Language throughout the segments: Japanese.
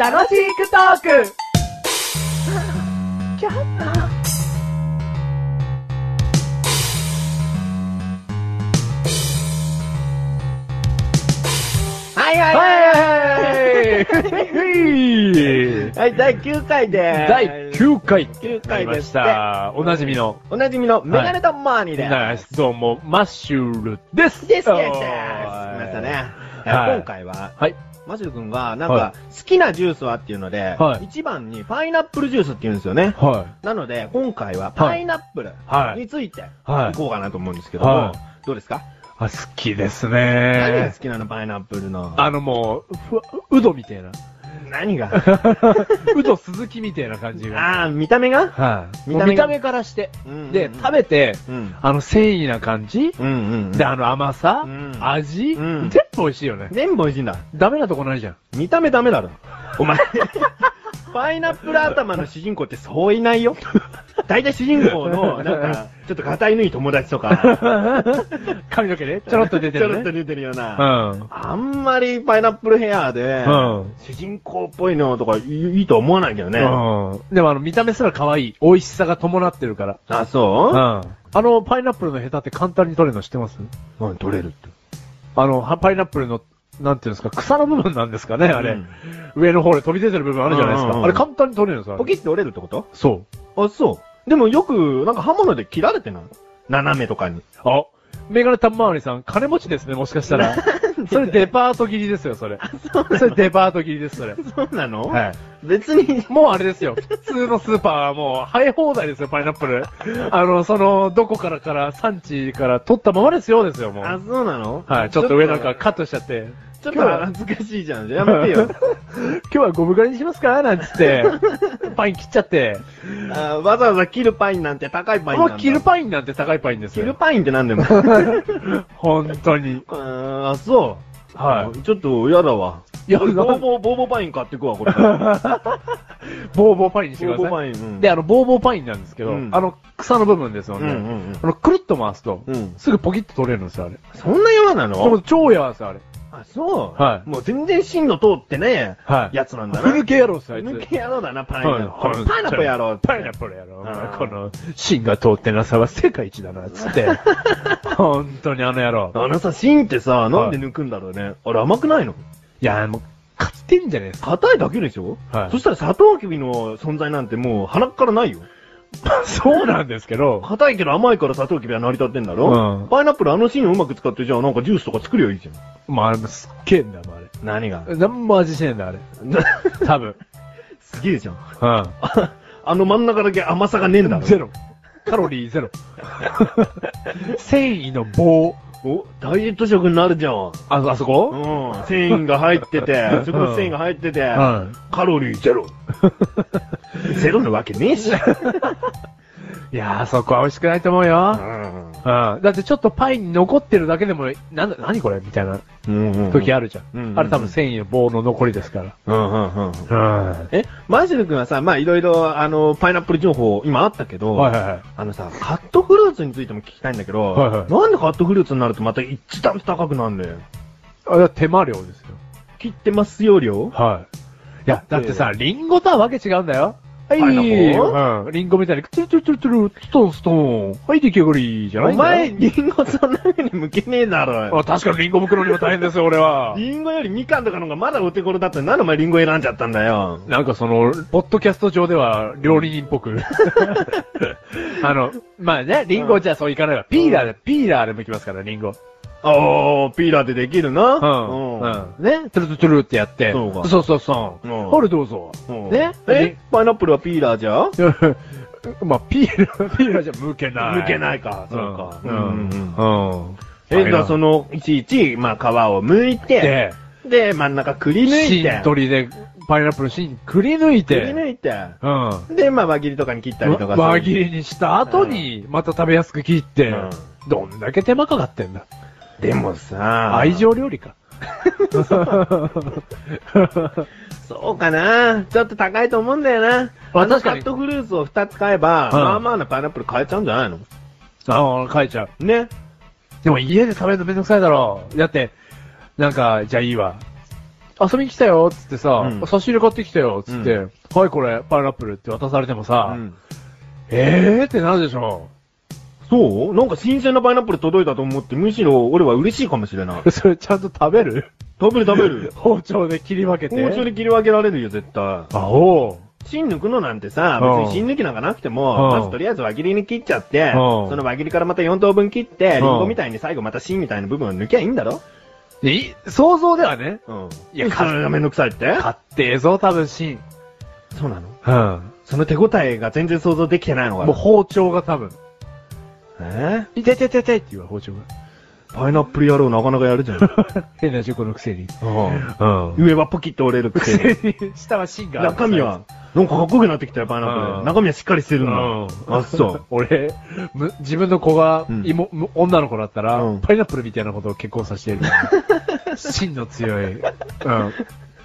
楽しくトークはいはいはいはいはい第9回で第9回9あり回までしす。た。おなじみの、おなじみのメガネとマーニーでナイスどうも、マッシュルです。す。ですです。おーまたね。はい今回は、はい。マシュル君は、なんはか、好きなジュースはっていうので、はい一番にパイナップルジュースって言うんですよね。はい。なので、今回はパイナップルはいについて、はいいこうかなと思うんですけども、はどうですか、あ、好きです何がね好。きなのパイナップルの。あのもう、ふわうどみたいな。何がうど鈴木みたいな感じが。ああ、見た目がはい。見もた目がう見た目からして。で、食べて、うん。あの繊維な感じうんうんうん。で、あの甘さうん味うん全部美味しいよね。全部美味しいんだ。ダメなとこないじゃん。見た目ダメだろ。お前。 パイナップル頭の主人公ってそういないよ。大体主人 公の、なんか、ちょっと硬いぬい友達とか、髪の毛ね、ちょろっと出てちょろるっね。と出てるよううな。ん。あんまりパイナップルヘアでう、ん。主人公っぽいのとかいいいいとは思わないけどね。うん。でもあの、見た目すら可愛い。美味しさが伴ってるから。あ、うん。そあの、パイナップルのヘタって簡単に取れるの知ってますううん、取れるって。あの、はパイナップルの、なんていうんですか、草の部分なんですかね、あれ。うん上の方で飛び出てる部分あるじゃないですか。うんうんうんあれ簡単に取れるんですよ。ポキって折れるってことそう。あ、そう。でもよく、なんか刃物で切られてない斜めとかに。あ、メガネタンマーニさん、金持ちですね、もしか したら。それデパート切りですよ、それ。それデパート切りです、それ。そうなのはい。別に、もうあれですよ。普通のスーパーはもう、生え放題ですよ、パイナップル。あの、その、どこからから、産地から取ったままですよ、ですよ、もあ、う。そうなのはい、ちょっと上なんか、カットしちゃって。ちょっと恥ずかしいじゃん。やめて よ。今日はゴム狩りにしますかなんつ って、パイン切っちゃって。あわざわざ切るパインなんて高いパインもなんだ。う切るパインなんて高いパインです切るよ。パインってなんでも。本当に。 あー、そはう。ちょっと嫌だわ。い。いや、ボボーーボー、ボーボーパイン買ってくわ、こ れから。ボーボーパインにしてボーくボだーさパい。イン。うんで、、あの、ボーボーパインなんですけど、うんあの、草の部分ですようんね。うんうん。あの、くるっと回すと、うんすぐポキッと取れるんですよ、あれ。そんな嫌なでのも超やわですよ、あれ。あ、そう。はいもう全然芯の通ってね、はい。やつなんだふなぬ。け野郎っすよ、あいつ。抜け野郎だな、パイはいナップル。パイナップルやろう。パイナップルやろあーこの、芯が通ってなさは世界一だな、つって。本当にあの野郎。あのさ、芯ってさ、なんで抜くんだろうね。あれ甘くないのいや、もう、買ってんじゃねえですか。硬いだけでしょはいそしたらサトウキビの存在なんてもう鼻からないよ。そうなんですけど、硬いけど甘いから砂糖キビは成り立ってんだろ、うんパイナップルあの芯をうまく使ってじゃあなんかジュースとか作りゃいいじゃん。まあ、あれもすっげえんだよ、もうあ何がれ。なんも味しねえんだ、あれ。多分。 すげえじゃん。うあの真ん中だけ甘さがねえんだん。ろゼロ。カロリーゼロ。繊維の棒。お、ダイエット食になるじゃん。あ、あそこうん。繊維が入 ってて、食物繊維が入ってて、うんカロリー ゼロ。ゼロなわけねえし。いやー、そこは美味しくないと思うよ。うん。だってちょっとパイに残ってるだけでも、なんだ、何これみたいなうん時ある。るじゃん。うんうんうんあれ多分繊維の棒の残りですから。うんうんううん。ん。え、マジル君はさ、まあいろいろ、あの、パイナップル情報今あったけど、はいはいはい。あのさ、カットフルーツについても聞きたいんだけど、はいはいなんでカットフルーツになるとまた一段高くなんだよ。あ、だ手間料ですよ。切ってますよ、量はい。いや、だってさ、リンゴとはわけ違うんだよ。はい、パイナッうん。リンゴみたいに、トゥルトゥルトゥルトゥル、ストンストン。はい、出来上がり、じゃなおいんだよ前、リンゴそんな風に向けねえだろ。あ、確かにリンゴ袋にも大変ですよ、俺 は。リンゴよりみかんとかの方がまだお手頃だったのになんでお前リンゴ選んじゃったんだよ。なんかその、ポッドキャスト上では、料理人っぽ く。あの、まあね、リンゴじゃそういかないわ。ピーラーで、ピーラーで剥きますから、リンゴ。おー、ピーラーでできるな。うん。ううん。ね、トゥルトゥルトゥルってやって。そうかそうそうそう。うんこれどうぞ。 うんねえパイナップルはピーラーじゃまあ、ピーラー、ピーラーじゃ剥けない。。剥けないいか。そそうかうか。。うん。え、じゃあその、の、いちいち、まあ皮を剥いて、で、で、真ん中くり抜いて芯、取りで、パイナップルの芯くり抜いくりて。抜いて、うん。で、まあ輪切りとかに切ったりとかわ輪切りにした後に、また食べやすく切ってうん、どんだけ手間かかってんだ。でもさ、愛情料理 か。そうかなちょっと高いと思うんだよな。ああの確カかにットフルーツを2つ買えば、うんまあまあなパイナップル買えちゃうんじゃないのああ、書いちゃう。ね。でも家で食べるのめんどくさいだろう。だって、なんか、じゃあいいわ。遊びに来たよ、つってさ、うん差し入れ買ってきたよ、つって、うはい、これ、パイナップルって渡されてもさ、うんえーってなるでしょ。そうなんか新鮮なパイナップル届いたと思って、むしろ俺は嬉しいかもしれない。それちゃんと食べる食べる食べ る。包丁で切り分けて。包丁で切り分けられるよ、絶対。あ、おう。芯抜くのなんてさ、うん別に芯抜きなんかなくても、うんまずとりあえず輪切りに切っちゃって、うんその輪切りからまた4等分切っんて、リンゴみたいに最後また芯みたいな部分を抜きゃいいんだろい想像ではね、うん。いやそれがめんどくさいって買ってえぞ、多分芯。そうなのうん。その手応えが全然想像できてないのかもうな包丁が多分。えーいててててって言うわ、包丁が。パイナップル野郎なかなかやるじゃん。 変な事故のくせに。ううんん。上はポキッと折れる くせに。下は芯がある。中身は、なんかかっこよくなってきたよ、パイナップうル。ん中身はしっかりしてるんだ。うんあ、そう。俺、む自分の子がうん妹、女の子だったら、うんパイナップルみたいなことを結婚させて る。芯の強い。うん。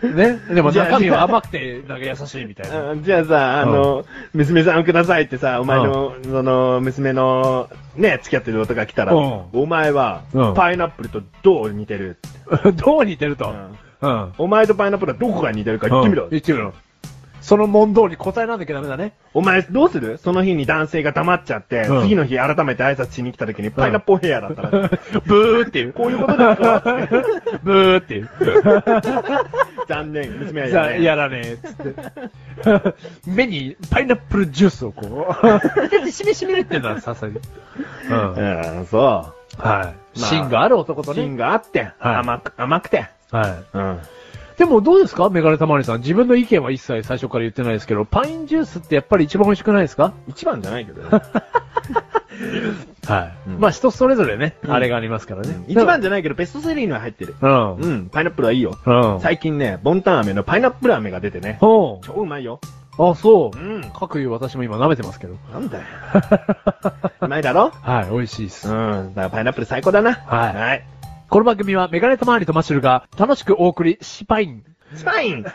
ねでもじゃあ中身は甘くて、なんか優しいみたいな。うんじゃあさ、あの、娘さんくださいってさ、お前の、その、娘の、ね、付き合ってる男が来たら、うんお前は、うんパイナップルとどう似てる、 どう似てるうと。んうん。お前とパイナップルはどこが似てるか言ってみろ。うん言ってみろ。その問答に答えなんだけどダメだ ね。お前どうするその日に男性が黙っちゃって、うん次の日改めて挨拶しに来た時にパイナップルヘア だったら、ブーっていう。こういうことですかブーっていう。残念、娘は じゃあ、や,、 やらねえ、つって。目にパイナップルジュース をこう。で、しめしめってな、さすがに。うん。はい。うん、そ芯がある男とう。芯ね。があって、はい甘く、甘くて。はうん。い。でもどうですかメガネたまりさん。自分の意見は一切最初から言ってないですけど、パインジュースってやっぱり一番美味しくないですか一番じゃないけどね、 はいうんまあ人それぞれね、うんあれがありますからうねん。一番じゃないけど、ベストセリーには入ってる。うん。うん。うん、パイナップルはいいよ。うん。最近ね、ボンタン飴のパイナップル飴が出てね。ほ超うまいよ。う。あ、そう。ん各言う私も今舐めてますけど。なんだよ。うまいだろはい、美味しいです。ん。だからパイナップル最高だな。はいはい。この番組はメガネとマーリとマッシュルが楽しくお送りしパイン。スパイン